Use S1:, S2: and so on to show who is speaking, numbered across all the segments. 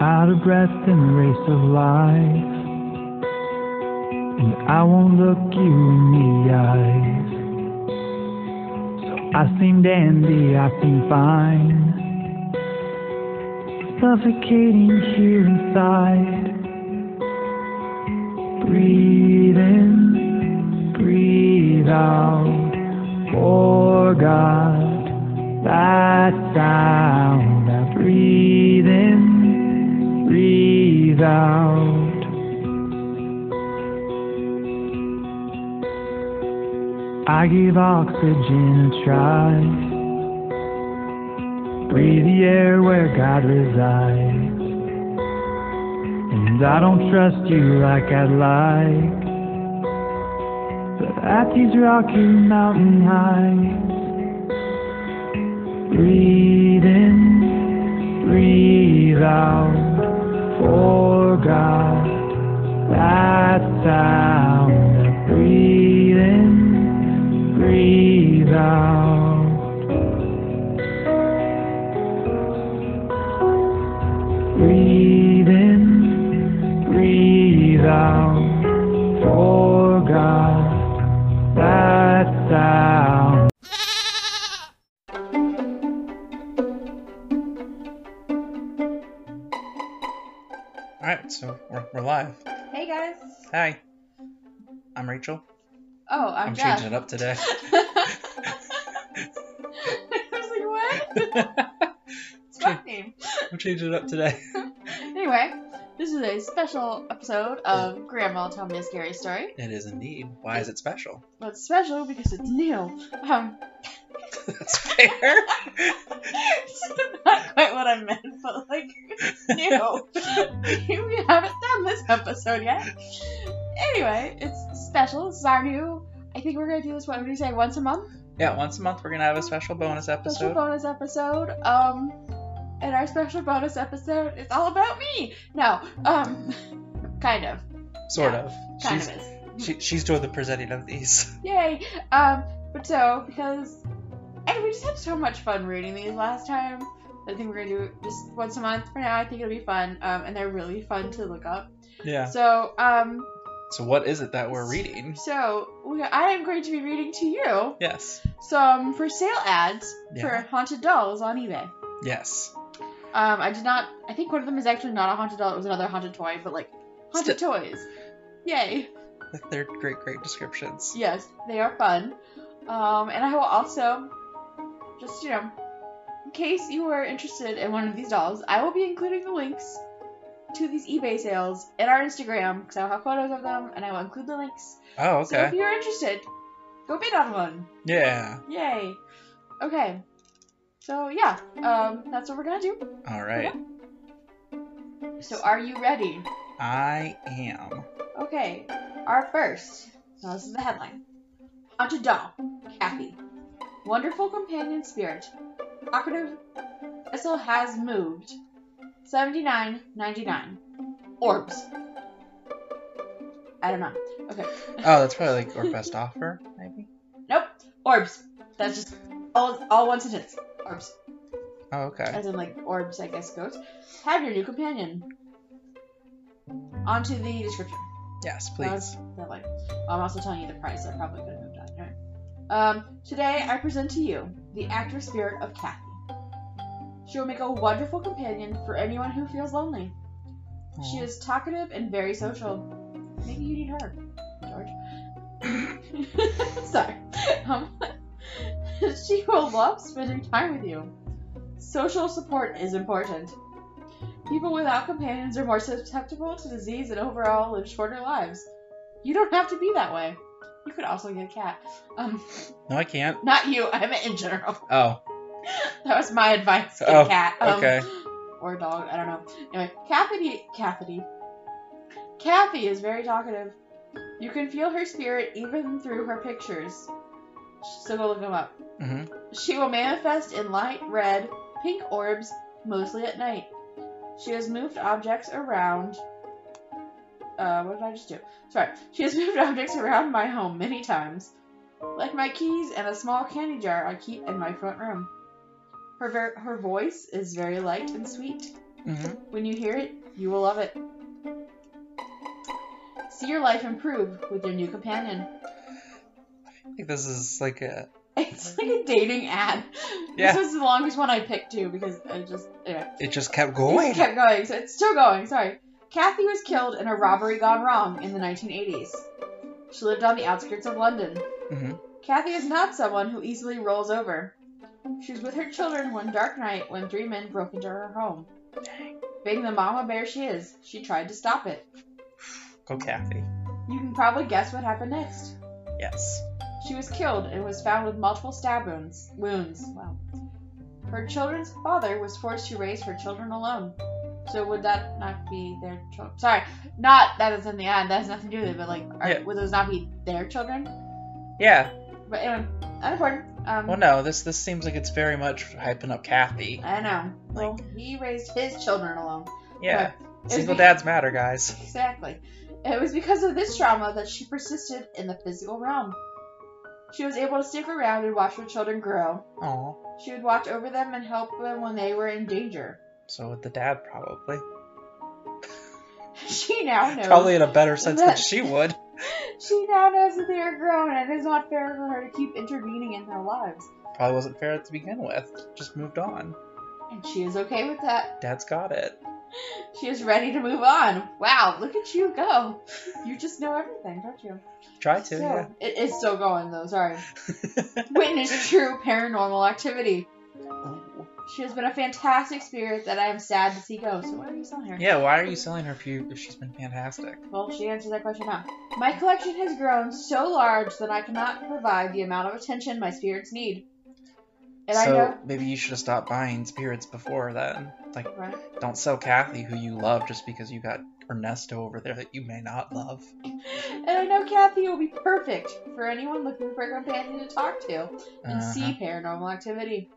S1: out of breath in the race of life. And I won't look you in the eyes. So I seem dandy, I seem fine. Suffocating here inside. Breathe in, breathe out. Forgot that sound. I breathe in, breathe out. I give oxygen a try. Breathe the air where God resides. And I don't trust you like I'd like. But at these rocky mountain heights, breathe in, breathe out. Forgot that sound. Breathe in, breathe out. Breathe in, breathe out. Forgot that sound.
S2: All right, so we're, we're live.
S3: Hey guys.
S2: Hi, I'm Rachel.
S3: Oh, I'm,
S2: I'm
S3: Jeff.
S2: changing it up today.
S3: I was like, what? It's my name.
S2: I'm changing it up today.
S3: Anyway, this is a special episode of Grandma Tell Me a Scary Story.
S2: It is indeed. Why is it special?
S3: But it's special because it's new. Um,
S2: That's fair.
S3: not quite what I meant, but like, it's new. we haven't done this episode yet. Anyway, it's special. It's our new. I think we're gonna do this. What would you say? Once a month.
S2: yeah, once a month we're gonna have a special bonus
S3: special
S2: episode.
S3: bonus episode. Um, and our special bonus episode is all about me. No, um, kind of,
S2: sort of.
S3: kind
S2: she's
S3: of is.
S2: she, she's doing the presenting of these.
S3: Yay. Um, but so because, and we just had so much fun reading these last time. I think we're gonna do it just once a month for now. I think it'll be fun. Um, and they're really fun to look up.
S2: Yeah.
S3: So, um,
S2: So what is it that we're reading?
S3: so we, I am going to be reading to you
S2: Yes.
S3: some for sale ads
S2: Yeah.
S3: for haunted dolls on eBay.
S2: Yes.
S3: Um, I did not. I think one of them is actually not a haunted doll. It was another haunted toy, but like haunted toys. Yay!
S2: With their great, great descriptions.
S3: Yes, they are fun. Um, and I will also, just you know, in case you are interested in one of these dolls, I will be including the links to these eBay sales in our Instagram because I will have photos of them and I will include the links.
S2: Oh,
S3: So if
S2: okay.
S3: you're interested, go bid on one.
S2: Yeah.
S3: Yay! Okay. So yeah, um, that's what we're gonna do.
S2: All right.
S3: So are you ready?
S2: I am.
S3: Okay, our first. Now, this is the headline Haunted Doll, Kathy. Wonderful companion spirit. Operative vessel has moved. 79.99. Orbs. I don't know. Okay.
S2: Oh, that's probably like our best offer, maybe.
S3: Nope. Orbs. That's just all, all one sentence. Orbs.
S2: Oh, okay.
S3: As in, like, orbs, I guess, goes. Have your new companion. Onto the description.
S2: Yes,
S3: That
S2: please.
S3: was that way. I'm also telling you the price. I probably could have moved on. Alright. Um, today I present to you the actress spirit of Kathy. She will make a wonderful companion for anyone who feels lonely. She is talkative and very social. Maybe you need her, George. Sorry. Um, she will love spending time with you. Social support is important. People without companions are more susceptible to disease and overall live shorter lives. You don't have to be that way. You could also get a cat. Um,
S2: No, I can't.
S3: not you. I meant in general.
S2: Oh,
S3: That was my advice. Get
S2: Oh,
S3: a cat. Um,
S2: okay.
S3: Or a dog. I don't know. Anyway, Kathy. Kathy. Kathy is very talkative. You can feel her spirit even through her pictures. So go look them up.
S2: hmm
S3: She will manifest in light red, pink orbs, mostly at night. She has moved objects around. Uh, what did I just do? Sorry. She has moved objects around my home many times, like my keys and a small candy jar I keep in my front room. Her, ver- her voice is very light and sweet.
S2: hmm
S3: When you hear it, you will love it. See your life improve with your new companion.
S2: I think this is like a.
S3: It's like a dating ad.
S2: Yeah.
S3: This was the longest one I picked too because I just anyway.
S2: It just kept
S3: It
S2: going.
S3: kept going. So it's still going. Sorry. Kathy was killed in a robbery gone wrong in the 1980s. She lived on the outskirts of London.
S2: Mhm.
S3: Kathy is not someone who easily rolls over. She was with her children one dark night when three men broke into her home. Being the mama bear she is, she tried to stop it.
S2: Go, Kathy.
S3: You can probably guess what happened next.
S2: Yes.
S3: She was killed and was found with multiple stab wounds. Wounds. Wow. Her children's father was forced to raise her children alone. So would that not be their children? Sorry, not that is in the ad. That has nothing to do with it. But like, are,
S2: Yeah.
S3: would those not be their children?
S2: Yeah.
S3: But anyway, unimportant. Um,
S2: Well, no. This this seems like it's very much hyping up Kathy.
S3: I know. Well, he raised his children alone.
S2: Yeah.
S3: But it was
S2: Single
S3: be-
S2: dads matter, guys.
S3: Exactly. It was because of this trauma that she persisted in the physical realm. She was able to stick around and watch her children grow.
S2: Oh.
S3: She would watch over them and help them when they were in danger.
S2: So with the dad probably.
S3: She now knows.
S2: Probably in a better sense than
S3: That-
S2: she would.
S3: She now knows that they are grown, and it is not fair for her to keep intervening in their lives.
S2: Probably wasn't fair to begin with. Just moved on.
S3: And she is okay with that.
S2: Dad's got it.
S3: She is ready to move on. Wow, look at you go. You just know everything, don't you?
S2: Try to.
S3: so,
S2: Yeah.
S3: It is still going, though, sorry. Witness true paranormal activity. She has been a fantastic spirit that I am sad to see go. So why are you still here?
S2: Yeah, why are you selling her if, you, if she's been fantastic?
S3: Well, she answers that question now. My collection has grown so large that I cannot provide the amount of attention my spirits need. And I
S2: so
S3: know.
S2: maybe you should have stopped buying spirits before then. Like,
S3: Right.
S2: don't sell Kathy, who you love, just because you got Ernesto over there that you may not love.
S3: And I know Kathy will be perfect for anyone looking for a companion to talk to and
S2: Uh-huh.
S3: see paranormal activity.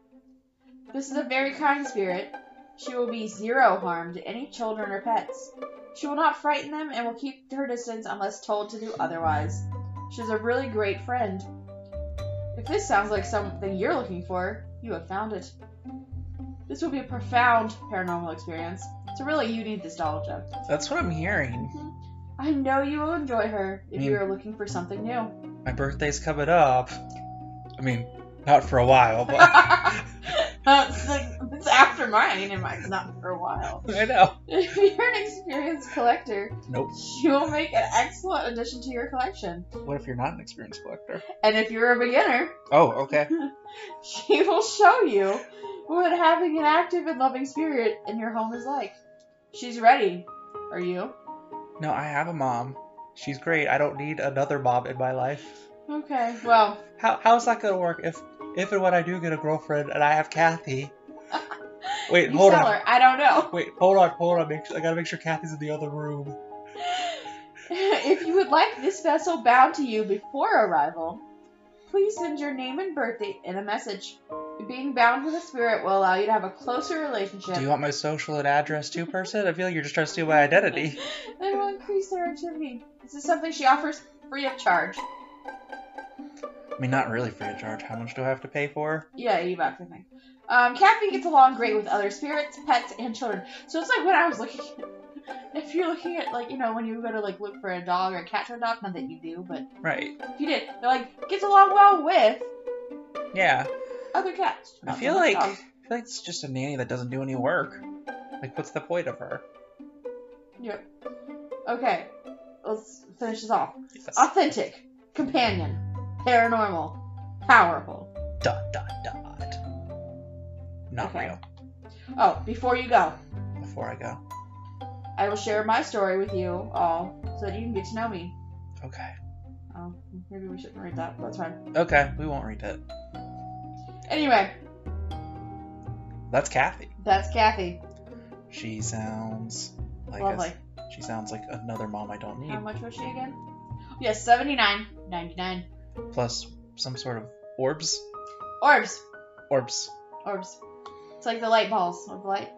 S3: This is a very kind spirit. She will be zero harm to any children or pets. She will not frighten them and will keep her distance unless told to do otherwise. She's a really great friend. If this sounds like something you're looking for, you have found it. This will be a profound paranormal experience, so really you need this doll, Jeff.
S2: That's what I'm hearing.
S3: I know you will enjoy her if
S2: Me-
S3: you are looking for something new.
S2: My birthday's coming up. I mean, not for a while, but
S3: it's, like, it's after mine, and mine's not for a while.
S2: I know.
S3: If you're an experienced collector,
S2: Nope.
S3: she will make an excellent addition to your collection.
S2: What if you're not an experienced collector?
S3: And if you're a beginner,
S2: Oh, okay.
S3: she will show you what having an active and loving spirit in your home is like. She's ready. Are you?
S2: No, I have a mom. She's great. I don't need another mom in my life.
S3: Okay, well,
S2: How how's that gonna work if if and when I do get a girlfriend and I have Kathy? Wait,
S3: you
S2: hold
S3: tell
S2: on.
S3: her. I don't know.
S2: Wait, hold on, hold on. Make sure, I gotta make sure Kathy's in the other room.
S3: if you would like this vessel bound to you before arrival, please send your name and birthday in a message. Being bound with a spirit will allow you to have a closer relationship
S2: Do you want my social and address too, person? I feel like you're just trying to steal my identity.
S3: and will increase their activity. This is something she offers free of charge.
S2: I mean, not really free of charge. How much do I have to pay for?
S3: Yeah, you got everything. Um, Kathy gets along great with other spirits, pets, and children. So it's like when I was looking If you're looking at, like, you know, when you go to, like, look for a dog or a cat or a dog, not that you do, but
S2: Right.
S3: if you did, they're like, gets along well with
S2: Yeah.
S3: other cats.
S2: I
S3: Not so
S2: feel
S3: much Oh.
S2: like I
S3: dogs.
S2: feel like it's just a nanny that doesn't do any work. Like, what's the point of her?
S3: Yep. Okay, let's finish this off.
S2: Yes.
S3: Authentic, companion, paranormal, powerful.
S2: Dot dot dot. Not
S3: Okay.
S2: real.
S3: Oh, before you go,
S2: Before I go.
S3: I will share my story with you all so that you can get to know me.
S2: Okay.
S3: Oh, maybe we shouldn't read that, but that's fine.
S2: Okay. We won't read it.
S3: Anyway,
S2: That's Kathy.
S3: that's Kathy.
S2: She sounds like a-
S3: Lovely.
S2: she sounds like another mom I don't
S3: How
S2: need.
S3: much was she again? Yes, 79, 99.
S2: Plus some sort of orbs.
S3: Orbs.
S2: Orbs.
S3: Orbs. It's like the light balls of light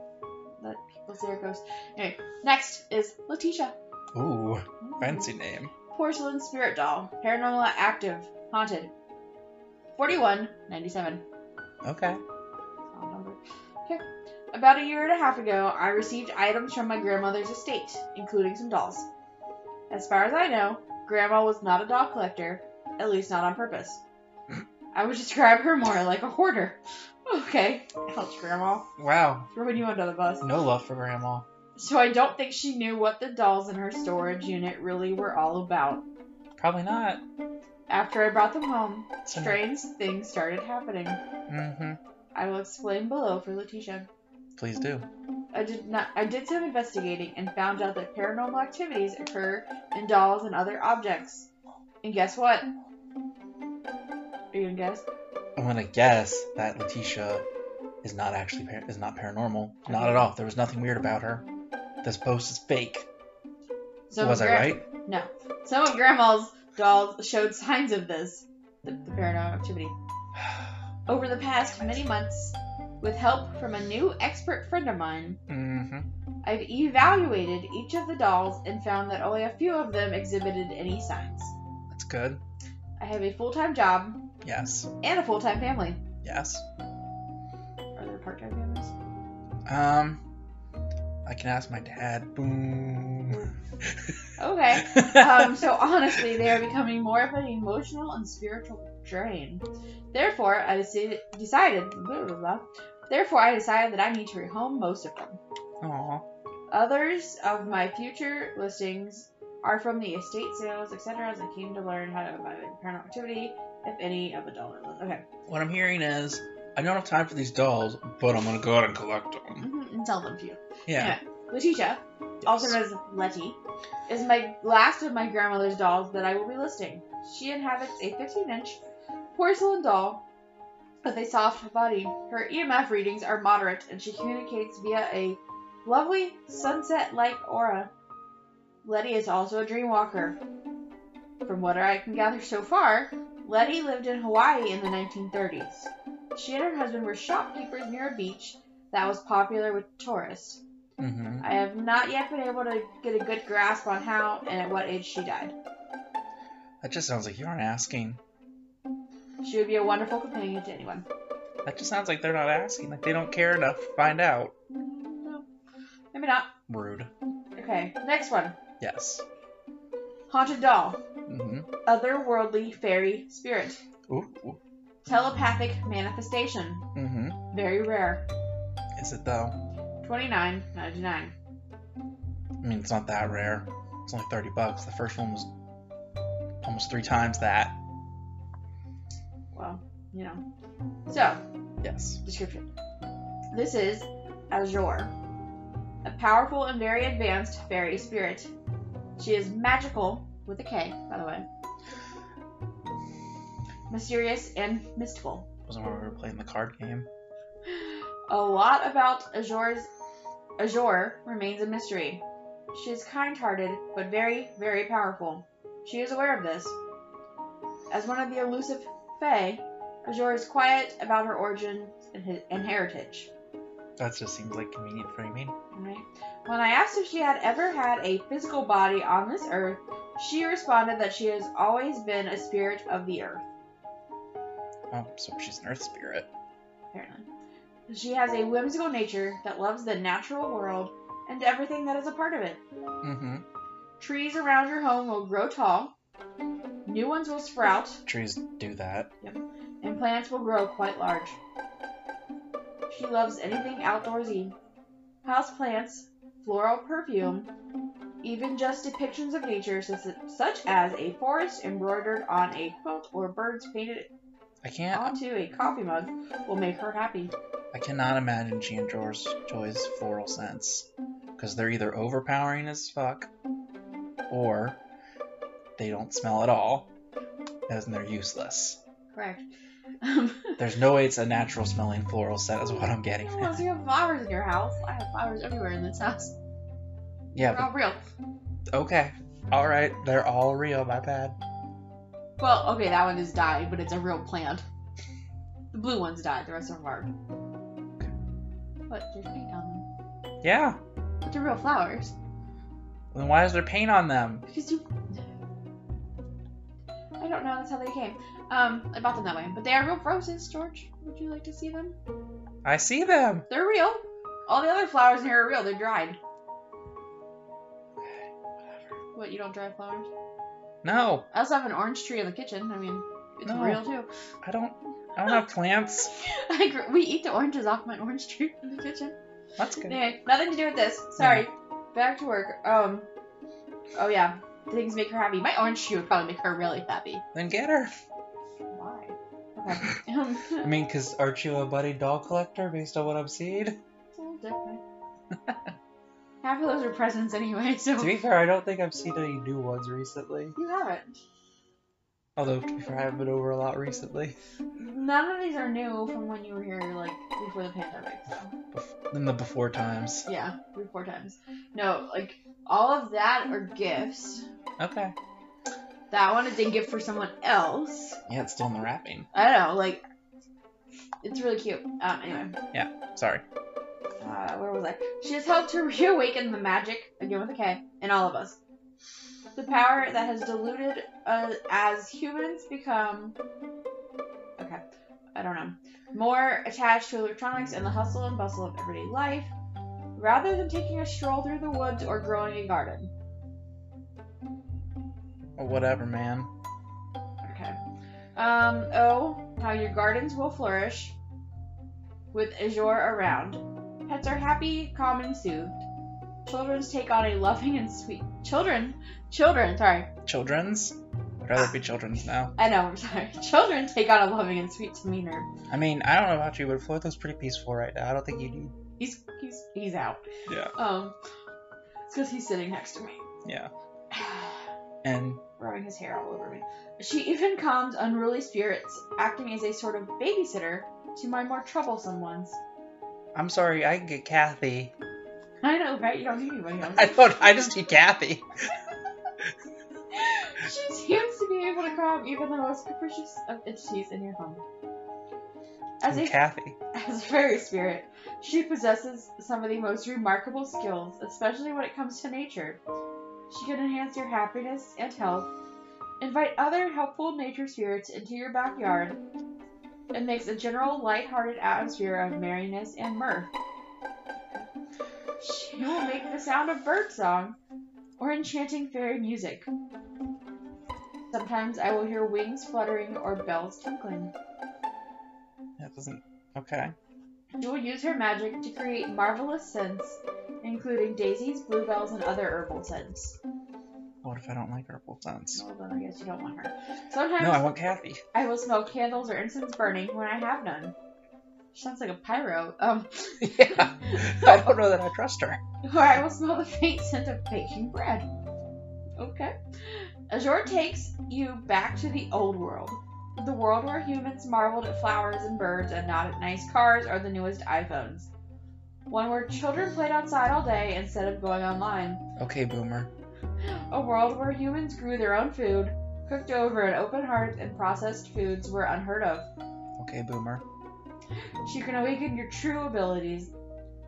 S3: that people see are ghosts. Anyway, next is Letitia.
S2: Ooh, fancy name.
S3: Porcelain Spirit Doll, Paranormal Active, Haunted. 4197.
S2: Okay.
S3: Odd number. Okay. About a year and a half ago, I received items from my grandmother's estate, including some dolls. As far as I know, Grandma was not a doll collector, at least not on purpose. I would describe her more like a hoarder. Okay, ouch, Grandma.
S2: Wow.
S3: Throwing you under the bus.
S2: No love for Grandma.
S3: So I don't think she knew what the dolls in her storage unit really were all about.
S2: Probably not.
S3: After I brought them home,
S2: Mm.
S3: strange things started happening.
S2: Mm-hmm.
S3: I will explain below for Letitia.
S2: Please do.
S3: I did not I did some investigating and found out that paranormal activities occur in dolls and other objects. And guess what? Are you gonna guess?
S2: I'm gonna guess that Letitia is not actually par- is not paranormal. Not at all. There was nothing weird about her. This post is fake.
S3: Some
S2: was
S3: of
S2: I
S3: Gra-
S2: right?
S3: No. Some of Grandma's dolls showed signs of this, the, the paranormal activity. Over the past many months, with help from a new expert friend of mine,
S2: mm-hmm.
S3: I've evaluated each of the dolls and found that only a few of them exhibited any signs.
S2: That's good.
S3: I have a full time job
S2: Yes.
S3: and a full time family.
S2: Yes.
S3: Are there part time families?
S2: Um, I can ask my dad. Boom.
S3: Okay. um, so honestly, they are becoming more of an emotional and spiritual drain. Therefore, I decided, decided blah, blah, blah. therefore I decided that I need to rehome most of them.
S2: Aw.
S3: Others of my future listings are from the estate sales, etc. As I came to learn how to evaluate paranormal activity, if any, of a dollar. Okay,
S2: What I'm hearing is, I don't have time for these dolls, but I'm gonna go out and collect them.
S3: Mhm, and sell them to you.
S2: Yeah.
S3: Letitia, also known as Letty, is my last of my grandmother's dolls that I will be listing. She inhabits a 15 inch porcelain doll with a soft body. Her EMF readings are moderate and she communicates via a lovely sunset like aura. Letty is also a dream walker. From what I can gather so far, Letty lived in Hawaii in the 1930s. She and her husband were shopkeepers near a beach that was popular with tourists.
S2: Mm-hmm.
S3: I have not yet been able to get a good grasp on how and at what age she died.
S2: That just sounds like you aren't asking.
S3: She would be a wonderful companion to anyone.
S2: That just sounds like they're not asking. Like they don't care enough to find out.
S3: Mm, No, maybe not.
S2: Rude.
S3: Okay, next one.
S2: Yes.
S3: Haunted doll,
S2: Mm-hmm.
S3: otherworldly fairy spirit,
S2: Ooh.
S3: telepathic manifestation,
S2: Mm-hmm.
S3: very rare.
S2: Is it though?
S3: 29.99.
S2: I mean, it's not that rare. It's only thirty bucks. The first one was almost three times that.
S3: Well, you know. So,
S2: Yes.
S3: description. This is Azure, a powerful and very advanced fairy spirit. She is magical with a K, by the way. Mysterious and mystical.
S2: Wasn't when we were playing the card game.
S3: A lot about Azure's Azure remains a mystery. She is kind-hearted but very, very powerful. She is aware of this. As one of the elusive Fae, Azure is quiet about her origins and hi- and heritage.
S2: That just seems like convenient framing.
S3: Alright. When I asked if she had ever had a physical body on this earth, she responded that she has always been a spirit of the earth,
S2: Oh, so she's an earth spirit.
S3: apparently. She has a whimsical nature that loves the natural world and everything that is a part of it.
S2: Mm-hmm.
S3: Trees around your home will grow tall, new ones will sprout,
S2: Trees do that.
S3: and plants will grow quite large. She loves anything outdoorsy house plants, floral perfume, even just depictions of nature, sus- such as a forest embroidered on a quilt or birds painted
S2: I can't.
S3: onto a coffee mug, will make her happy.
S2: I cannot imagine she enjoys Joy's floral scents because they're either overpowering as fuck or they don't smell at all as in they're useless.
S3: Correct. Um,
S2: There's no way it's a natural smelling floral scent, is what I'm getting.
S3: unless you have flowers in your house, I have flowers everywhere in this house. They're
S2: yeah,
S3: all real.
S2: but okay. Alright, they're all real, my bad.
S3: Well, okay, that one is died, but it's a real plant. The blue one's died. The rest of them are. But there's paint on them.
S2: Yeah,
S3: But they're real flowers.
S2: then why is there paint on them?
S3: Because you. I don't know. That's how they came. Um, I bought them that way. But they are real roses, George. Would you like to see them?
S2: I see them!
S3: They're real. All the other flowers in here are real. They're dried.
S2: Okay, whatever.
S3: What, you don't dry flowers?
S2: No,
S3: I also have an orange tree in the kitchen. I mean, it's
S2: No.
S3: real too.
S2: I don't. I don't have plants.
S3: I gr- we eat the oranges off my orange tree in the kitchen.
S2: That's good.
S3: Anyway, nothing to do with this. Sorry. Back to work. Um. Oh yeah, things make her happy. My orange tree would probably make her really happy.
S2: Then get her.
S3: Why? Okay. Um,
S2: I mean, because aren't you a buddy doll collector based on what I'm seeing?
S3: it's a little different. Half of those are presents anyway, so
S2: To be fair, I don't think I've seen any new ones recently.
S3: you haven't.
S2: Although, to be fair, I have been over a lot recently.
S3: None of these are new from when you were here, like before the pandemic. So
S2: Bef- in the before times.
S3: yeah, three, four times. No, like all of that are gifts.
S2: Okay.
S3: That one I didn't give for someone else.
S2: Yeah, it's still in the wrapping.
S3: I don't know, like it's really cute. Um, anyway,
S2: Sorry.
S3: uh, where was I? She has helped to reawaken the magic again with a K in all of us. The power that has diluted uh, as humans become okay, I don't know, more attached to electronics and the hustle and bustle of everyday life, rather than taking a stroll through the woods or growing a garden.
S2: Well, whatever, man.
S3: Okay. Um, oh, how your gardens will flourish with Azure around. Pets are happy, calm, and soothed. Children's take on a loving and sweet. Children, children, sorry.
S2: Children's? I'd rather be children's now.
S3: I know, I'm sorry. Children take on a loving and sweet demeanor.
S2: I mean, I don't know about you, but Florent's pretty peaceful right now. I don't think you need.
S3: He's he's he's out.
S2: Yeah.
S3: Um, it's because he's sitting next to me,
S2: Yeah. And
S3: rubbing his hair all over me. She even calms unruly spirits, acting as a sort of babysitter to my more troublesome ones.
S2: I'm sorry, I can get Kathy.
S3: I know, right? You don't need anybody else.
S2: I don't. I just need Kathy.
S3: she seems to be able to calm even the most capricious of entities in your home. As
S2: I'm
S3: a,
S2: Kathy.
S3: as a fairy spirit, she possesses some of the most remarkable skills, especially when it comes to nature. She can enhance your happiness and health, invite other helpful nature spirits into your backyard, and makes a general lighthearted atmosphere of merriness and mirth. She will make the sound of birdsong or enchanting fairy music. Sometimes I will hear wings fluttering or bells tinkling.
S2: That doesn't. Okay.
S3: She will use her magic to create marvelous scents, including daisies, bluebells, and other herbal scents.
S2: What if I don't like herbal scents?
S3: Well, then I guess you don't want her. Sometimes
S2: No, I want Kathy.
S3: I will smell candles or incense burning when I have none. She sounds like a pyro. Um,
S2: yeah. I don't know that I trust her.
S3: or I will smell the faint scent of baking bread. Okay. Azure takes you back to the old world. The world where humans marveled at flowers and birds and not at nice cars or the newest iPhones. One where children played outside all day instead of going online.
S2: Okay, Boomer.
S3: A world where humans grew their own food, cooked over an open hearth, and processed foods were unheard of.
S2: Okay, Boomer.
S3: She can awaken your true abilities,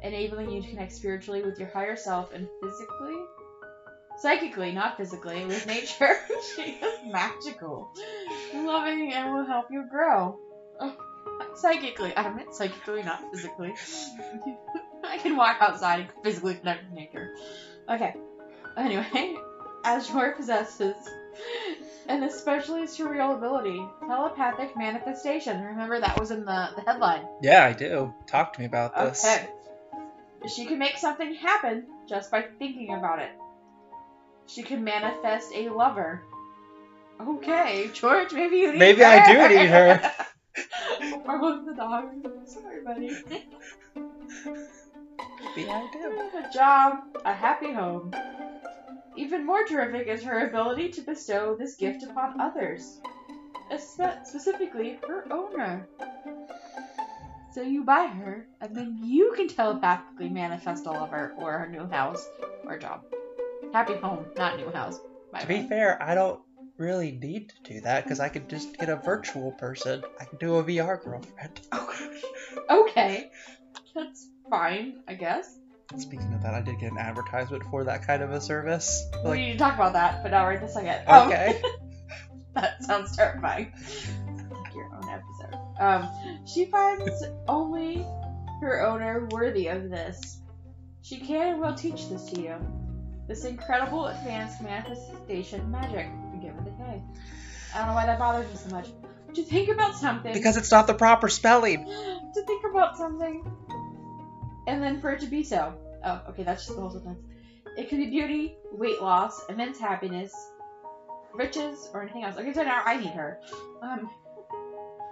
S3: enabling you to connect spiritually with your higher self and physically, psychically, not physically, with nature. she is magical, loving, and will help you grow. Oh, psychically, I meant psychically, not physically. I can walk outside and physically connect with nature. Okay. Anyway, Azure possesses an especially surreal ability, telepathic manifestation. Remember that was in the, the headline.
S2: Yeah, I do. Talk to me about this.
S3: Okay. She can make something happen just by thinking about it. She can manifest a lover. Okay, George, maybe you need
S2: Maybe
S3: her.
S2: I do need her.
S3: or walk the dog. Sorry, buddy.
S2: Maybe I do.
S3: A job, a happy home. Even more terrific is her ability to bestow this gift upon others, espe- specifically her owner. So you buy her, and then you can telepathically manifest all of her, or her new house, or job. Happy home, not new house. By
S2: To
S3: the
S2: be
S3: way.
S2: fair, I don't really need to do that because I could just get a virtual person. I could do a VR girlfriend.
S3: Okay, that's fine, I guess.
S2: Speaking of that, I did get an advertisement for that kind of a service.
S3: we
S2: Like,
S3: need to talk about that, but not right this second. Um,
S2: okay.
S3: That sounds terrifying. Make your own episode. Um, she finds only her owner worthy of this. She can and will teach this to you. This incredible advanced manifestation magic. Give it a day. I don't know why that bothers me so much. To think about something.
S2: Because it's not the proper spelling.
S3: to think about something and then for it to be so. Oh, okay, that's just the whole sentence. It could be beauty, weight loss, immense happiness, riches, or anything else. Okay, so now I need her. Um,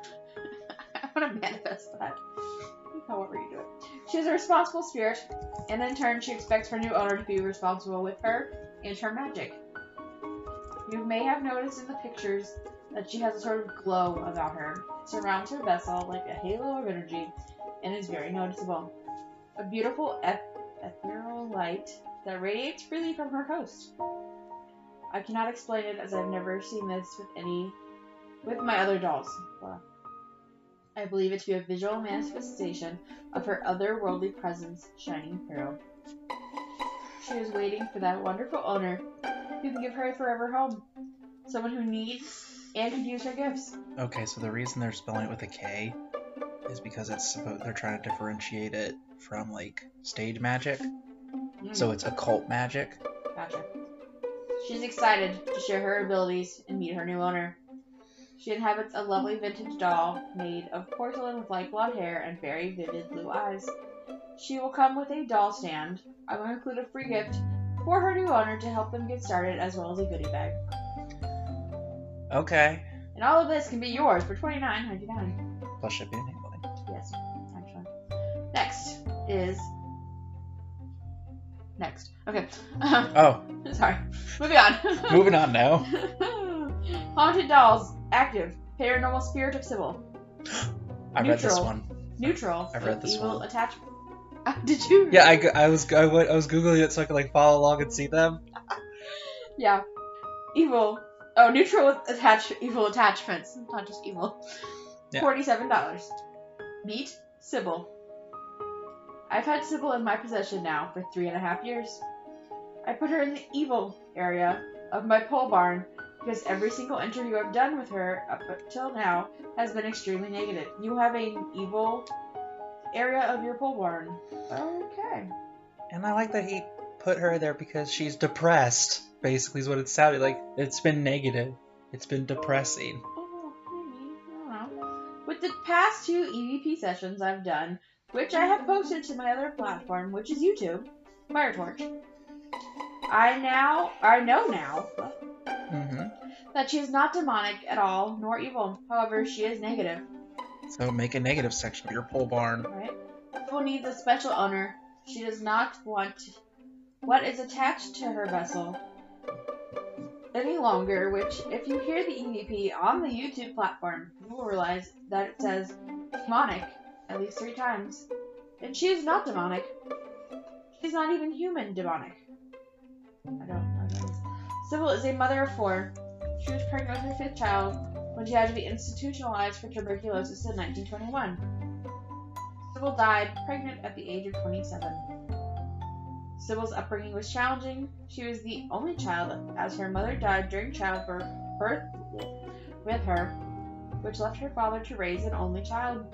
S3: I want to manifest that. However you do it. She is a responsible spirit, and in turn, she expects her new owner to be responsible with her and her magic. You may have noticed in the pictures that she has a sort of glow about her, surrounds her vessel like a halo of energy, and is very noticeable. A beautiful eth- ethereal light that radiates freely from her host. I cannot explain it as I've never seen this with any with my other dolls. Blah. I believe it to be a visual manifestation of her otherworldly presence shining through. She is waiting for that wonderful owner who can give her a forever home. Someone who needs and could use her gifts.
S2: Okay, so the reason they're spelling it with a K is because it's supposed they're trying to differentiate it from like stage magic. So it's occult magic.
S3: Mm, Gotcha. She's excited to share her abilities and meet her new owner. She inhabits a lovely vintage doll made of porcelain with light blonde hair and very vivid blue eyes. She will come with a doll stand. I will include a free gift for her new owner to help them get started, as well as a goodie bag.
S2: Okay.
S3: And all of this can be yours for twenty nine ninety nine.
S2: Plus shipping and handling.
S3: Yes, actually. Next is next. Okay,
S2: Oh,
S3: sorry. Moving on.
S2: moving on now.
S3: Haunted dolls, active, paranormal spirit of Sybil,
S2: I read this
S3: Neutral.
S2: one.
S3: neutral.
S2: I've read this
S3: evil
S2: one.
S3: attachment. Uh, did you?
S2: Yeah, I, go- I was I, went, I was googling it so I could like follow along and see them.
S3: Yeah. Evil. Oh, neutral with attach evil attachments, not just evil.
S2: Yeah.
S3: Forty-seven dollars. Meet Sybil. I've had Sybil in my possession now for three and a half years. I put her in the evil area of my pole barn because every single interview I've done with her up until now has been extremely negative. You have an evil area of your pole barn. Okay.
S2: And I like that he put her there because she's depressed. Basically, is what it sounded like. It's been negative. It's been depressing.
S3: Oh, maybe. I don't know. With the past two EVP sessions I've done, which I have posted to my other platform, which is YouTube, Firetorch, I now I know now
S2: hmm
S3: that she is not demonic at all, nor evil. However, she is negative,
S2: So make a negative section of your pole barn.
S3: right? Sybil needs a special owner. She does not want what is attached to her vessel any longer, which, if you hear the EVP on the YouTube platform, you will realize that it says demonic at least three times. And she is not demonic. She's not even human demonic. I don't I don't know. Sybil is a mother of four. She was pregnant with her fifth child when she had to be institutionalized for tuberculosis in 1921. Sybil died pregnant at the age of 27. Sybil's upbringing was challenging. She was the only child, as her mother died during childbirth birth with her, which left her father to raise an only child.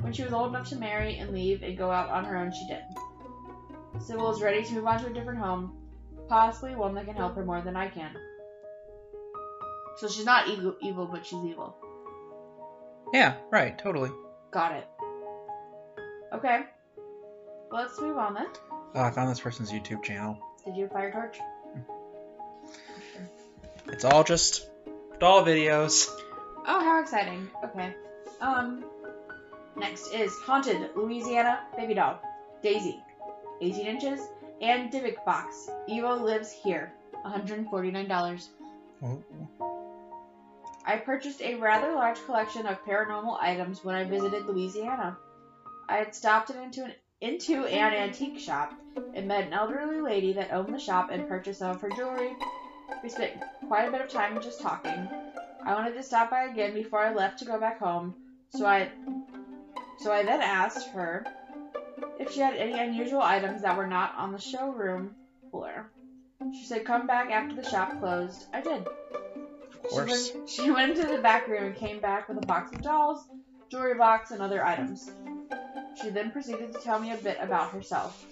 S3: When she was old enough to marry and leave and go out on her own, she did. Sybil is ready to move on to a different home, possibly one that can help her more than I can. So she's not evil, evil but she's evil.
S2: Yeah, right, totally.
S3: Got it. Okay. Let's move on then.
S2: Oh, I found this person's YouTube channel.
S3: Did you fire torch?
S2: It's all just doll videos.
S3: Oh, how exciting. Okay. Um, next is Haunted Louisiana Baby Doll, Daisy, 18 inches, and Divic Box. Evil lives here, $149.
S2: Ooh.
S3: I purchased a rather large collection of paranormal items when I visited Louisiana. I had stopped it into an into an antique shop and met an elderly lady that owned the shop and purchased some of her jewelry. We spent quite a bit of time just talking. I wanted to stop by again before I left to go back home, so I so I then asked her if she had any unusual items that were not on the showroom floor. She said come back after the shop closed. I did.
S2: Of course.
S3: She went, she went into the back room and came back with a box of dolls, jewelry box, and other items. She then proceeded to tell me a bit about herself.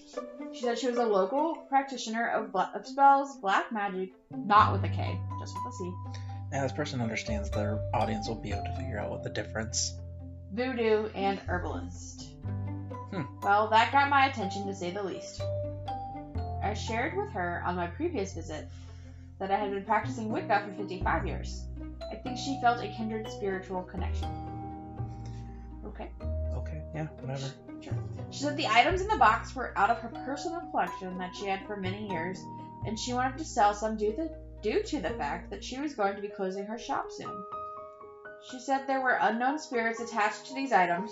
S3: She said she was a local practitioner of, bla- of spells, black magic, not with a K, just with a C,
S2: Now, this person understands their audience will be able to figure out what the difference.
S3: voodoo, and herbalist.
S2: Hmm.
S3: Well, that got my attention to say the least. I shared with her on my previous visit that I had been practicing Wicca for 55 years. I think she felt a kindred spiritual connection. Okay.
S2: Okay, yeah, whatever.
S3: She said the items in the box were out of her personal collection that she had for many years, and she wanted to sell some due, the, due to the fact that she was going to be closing her shop soon. She said there were unknown spirits attached to these items.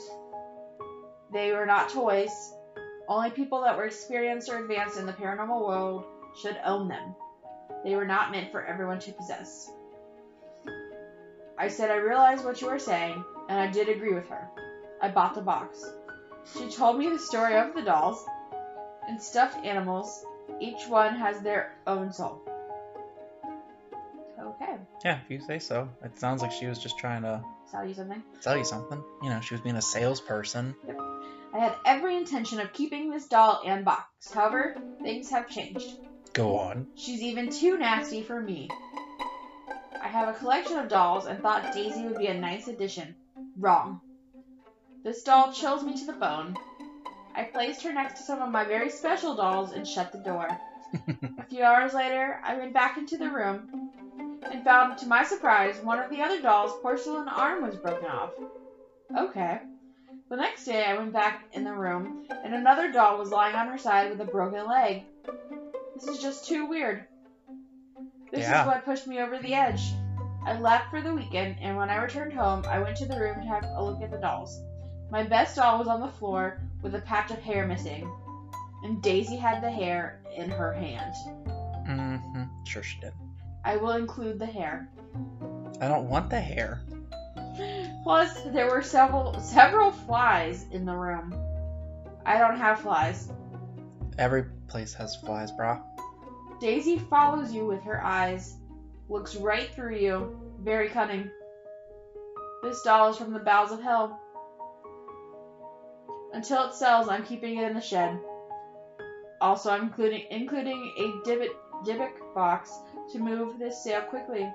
S3: They were not toys. Only people that were experienced or advanced in the paranormal world should own them. They were not meant for everyone to possess. I said I realized what you were saying, and I did agree with her. I bought the box. She told me the story of the dolls and stuffed animals. Each one has their own soul. Okay.
S2: Yeah, if you say so. It sounds like she was just trying to
S3: Sell you something?
S2: sell you something. You know, she was being a salesperson.
S3: I had every intention of keeping this doll and box. However, things have changed.
S2: Go on.
S3: She's even too nasty for me. I have a collection of dolls and thought Daisy would be a nice addition. Wrong. This doll chills me to the bone. I placed her next to some of my very special dolls and shut the door. a few hours later, I went back into the room and found, to my surprise, one of the other doll's porcelain arm was broken off. Okay. The next day, I went back in the room and another doll was lying on her side with a broken leg. This is just too weird. This
S2: Yeah.
S3: is what pushed me over the edge. I left for the weekend, and when I returned home, I went to the room to have a look at the dolls. My best doll was on the floor with a patch of hair missing, and Daisy had the hair in her hand.
S2: hmm Sure, she did.
S3: I will include the hair.
S2: I don't want the hair.
S3: Plus, there were several several flies in the room. I don't have flies.
S2: Every place has flies, brah.
S3: Daisy follows you with her eyes, looks right through you, very cunning. This doll is from the bowels of hell. Until it sells, I'm keeping it in the shed. Also, I'm including including a dibbit dibbick box to move this sale quickly.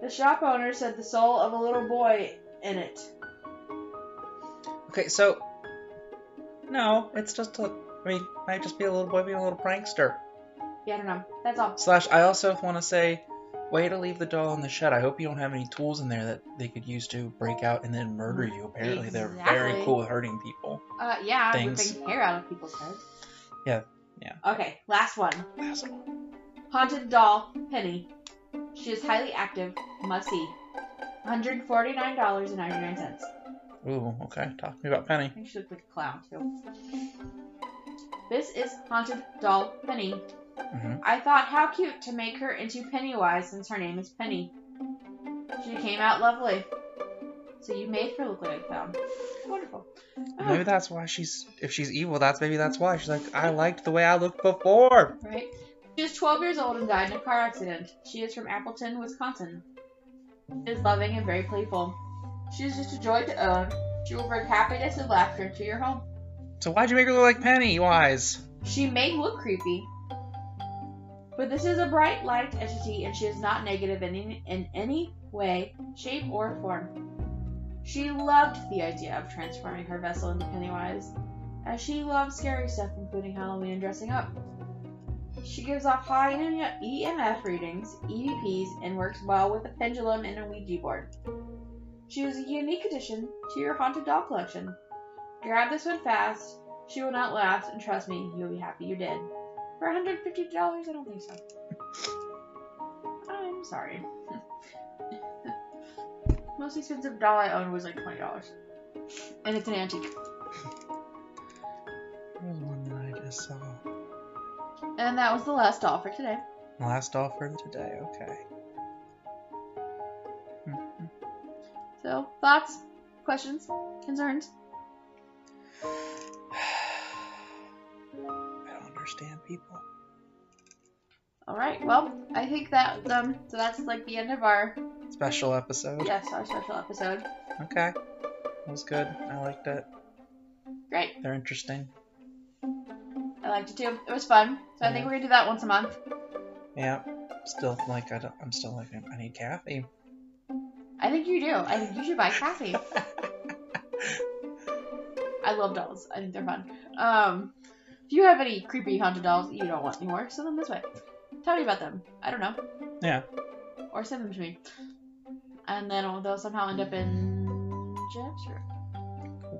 S3: The shop owner said the soul of a little boy in it.
S2: Okay, so no, it's just a. I mean, might just be a little boy being a little prankster.
S3: Yeah, I don't know. That's all.
S2: Slash, I also want to say, way to leave the doll in the shed. I hope you don't have any tools in there that they could use to break out and then murder you. Apparently, they're very
S3: Exactly.
S2: cool with hurting people.
S3: Uh, yeah,
S2: Thanks.
S3: ripping hair out of people's heads.
S2: Yeah, yeah.
S3: Okay, last one.
S2: Last one.
S3: Haunted doll, Penny. She is highly active, must see. $149.99.
S2: Ooh, okay. Talk to me about Penny.
S3: I think she looked like a clown, too. This is Haunted Doll Penny.
S2: hmm
S3: I thought how cute to make her into Pennywise since her name is Penny. She came out lovely. So you made her look like a clown. Wonderful.
S2: Maybe that's why she's. If she's evil, that's maybe that's why she's like. I liked the way I looked before.
S3: right? She is 12 years old and died in a car accident. She is from Appleton, Wisconsin. She is loving and very playful. She is just a joy to own. She will bring happiness and laughter to your home.
S2: So why'd you make her look like Pennywise?
S3: She may look creepy, but this is a bright, light entity, and she is not negative in any, in any way, shape, or form. She loved the idea of transforming her vessel into Pennywise, as she loves scary stuff, including Halloween and dressing up. She gives off high EMF readings, EVPs, and works well with a pendulum and a Ouija board. She is a unique addition to your haunted doll collection. Grab this one fast. She will not last, and trust me, you'll be happy you did. For $150, I don't think so. I'm sorry. Most expensive doll I owned was like $20. And it's an antique.
S2: There was one that I just saw.
S3: And that was the last doll for today.
S2: Last offer today. Okay. Mhm.
S3: So, thoughts, questions, concerns?
S2: I don't understand people.
S3: All right. Well, I think that um, so that's like the end of our
S2: Special episode.
S3: yes our special episode.
S2: Okay. That was good. I liked it.
S3: Great.
S2: They're interesting.
S3: I liked it too. It was fun. So I think
S2: Yeah.
S3: we're gonna do that once a month.
S2: Yeah. Still like I don't, I'm still like I need Kathy.
S3: I think you do. I think you should buy Kathy. I love dolls. I think they're fun. Um, if you have any creepy haunted dolls that you don't want anymore, send them this way. Tell me about them. I don't know.
S2: Yeah.
S3: Or send them to me. And then they'll somehow end up in Jeff's room.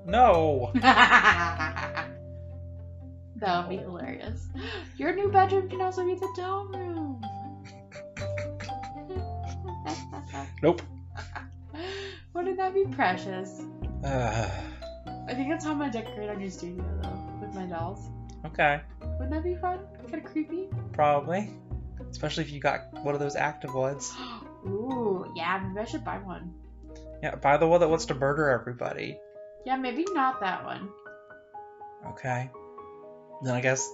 S2: No.
S3: that would be hilarious. Your new bedroom can also be the dome room.
S2: Nope.
S3: Wouldn't that be precious?
S2: Uh,
S3: I think that's how I'm gonna decorate our new studio though, with my dolls.
S2: okay.
S3: Wouldn't that be fun? Kind of creepy.
S2: Probably. Especially if you got one of those active ones.
S3: Ooh, yeah, maybe I should buy one.
S2: Yeah. By the one that wants to murder everybody.
S3: Yeah, maybe not that one.
S2: Okay. Then I guess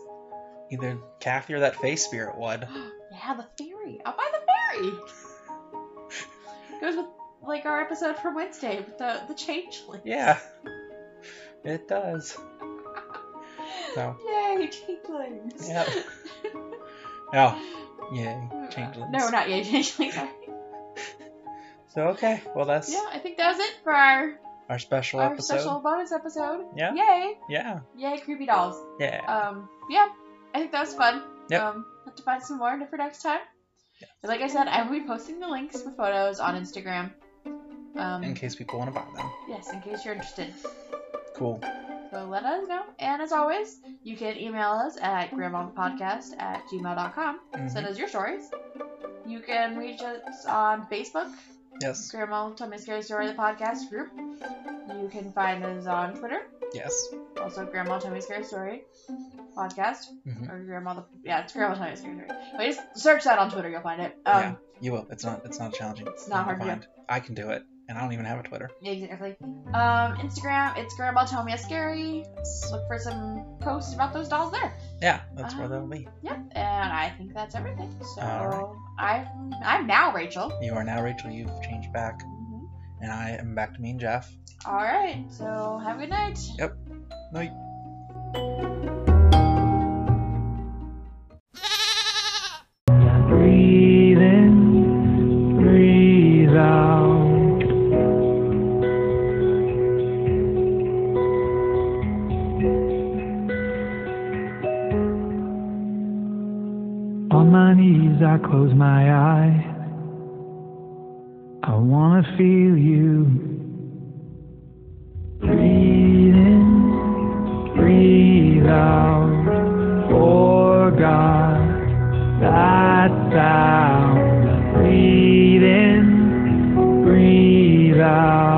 S2: either Kathy or that face spirit would.
S3: yeah, the fairy. I'll buy the fairy. Goes with like our episode from Wednesday with the the changeling.
S2: Yeah. It does. So.
S3: Yay, changelings.
S2: Yep. Oh, yay. Changelings.
S3: No, not yay, changelings. sorry.
S2: So, okay. Well, that's
S3: yeah, I think that was it for our,
S2: our special
S3: our
S2: episode.
S3: special bonus episode.
S2: Yeah.
S3: Yay.
S2: Yeah.
S3: Yay, creepy dolls.
S2: Yeah.
S3: Um, yeah, I think that was fun.
S2: Yep.
S3: Um, have to find some more for next time. And Like I said, I will be posting the links with photos on Instagram. Um,
S2: in case people want to buy them.
S3: yes, in case you're interested.
S2: Cool.
S3: So let us know. And as always, you can email us at grandmomthepodcast at gmail.com.
S2: Mhm.
S3: Send us your stories. You can reach us on Facebook,
S2: Yes.
S3: Grandma Tell Me a Scary Story, the podcast group. You can find us on Twitter,
S2: Yes.
S3: also Grandma Tell Me a Scary Story podcast,
S2: Mhm.
S3: or Grandma the yeah, it's Grandma Tell Me a Scary Story. But just search that on Twitter, you'll find it. Um,
S2: You will. It's not. It's not challenging. It's
S3: not hard to do.
S2: I can do it, and I don't even have a Twitter.
S3: Exactly. Um, Instagram, it's Grandma Tell Me a Scary. Let's look for some posts about those dolls there.
S2: Yeah, that's where they'll
S3: Um,
S2: be.
S3: Yep, and I think that's everything. So
S2: All
S3: I'm I'm now Rachel. Mm-hmm.
S2: You are now Rachel. You've changed back, and I am back to me and Jeff.
S3: All right, so have a good night.
S2: Night.
S1: Breathe in, breathe out. On my knees, I close my eyes. I wanna feel you. Breathe in, breathe out. For God that sound. Breathe in, breathe out. Oh,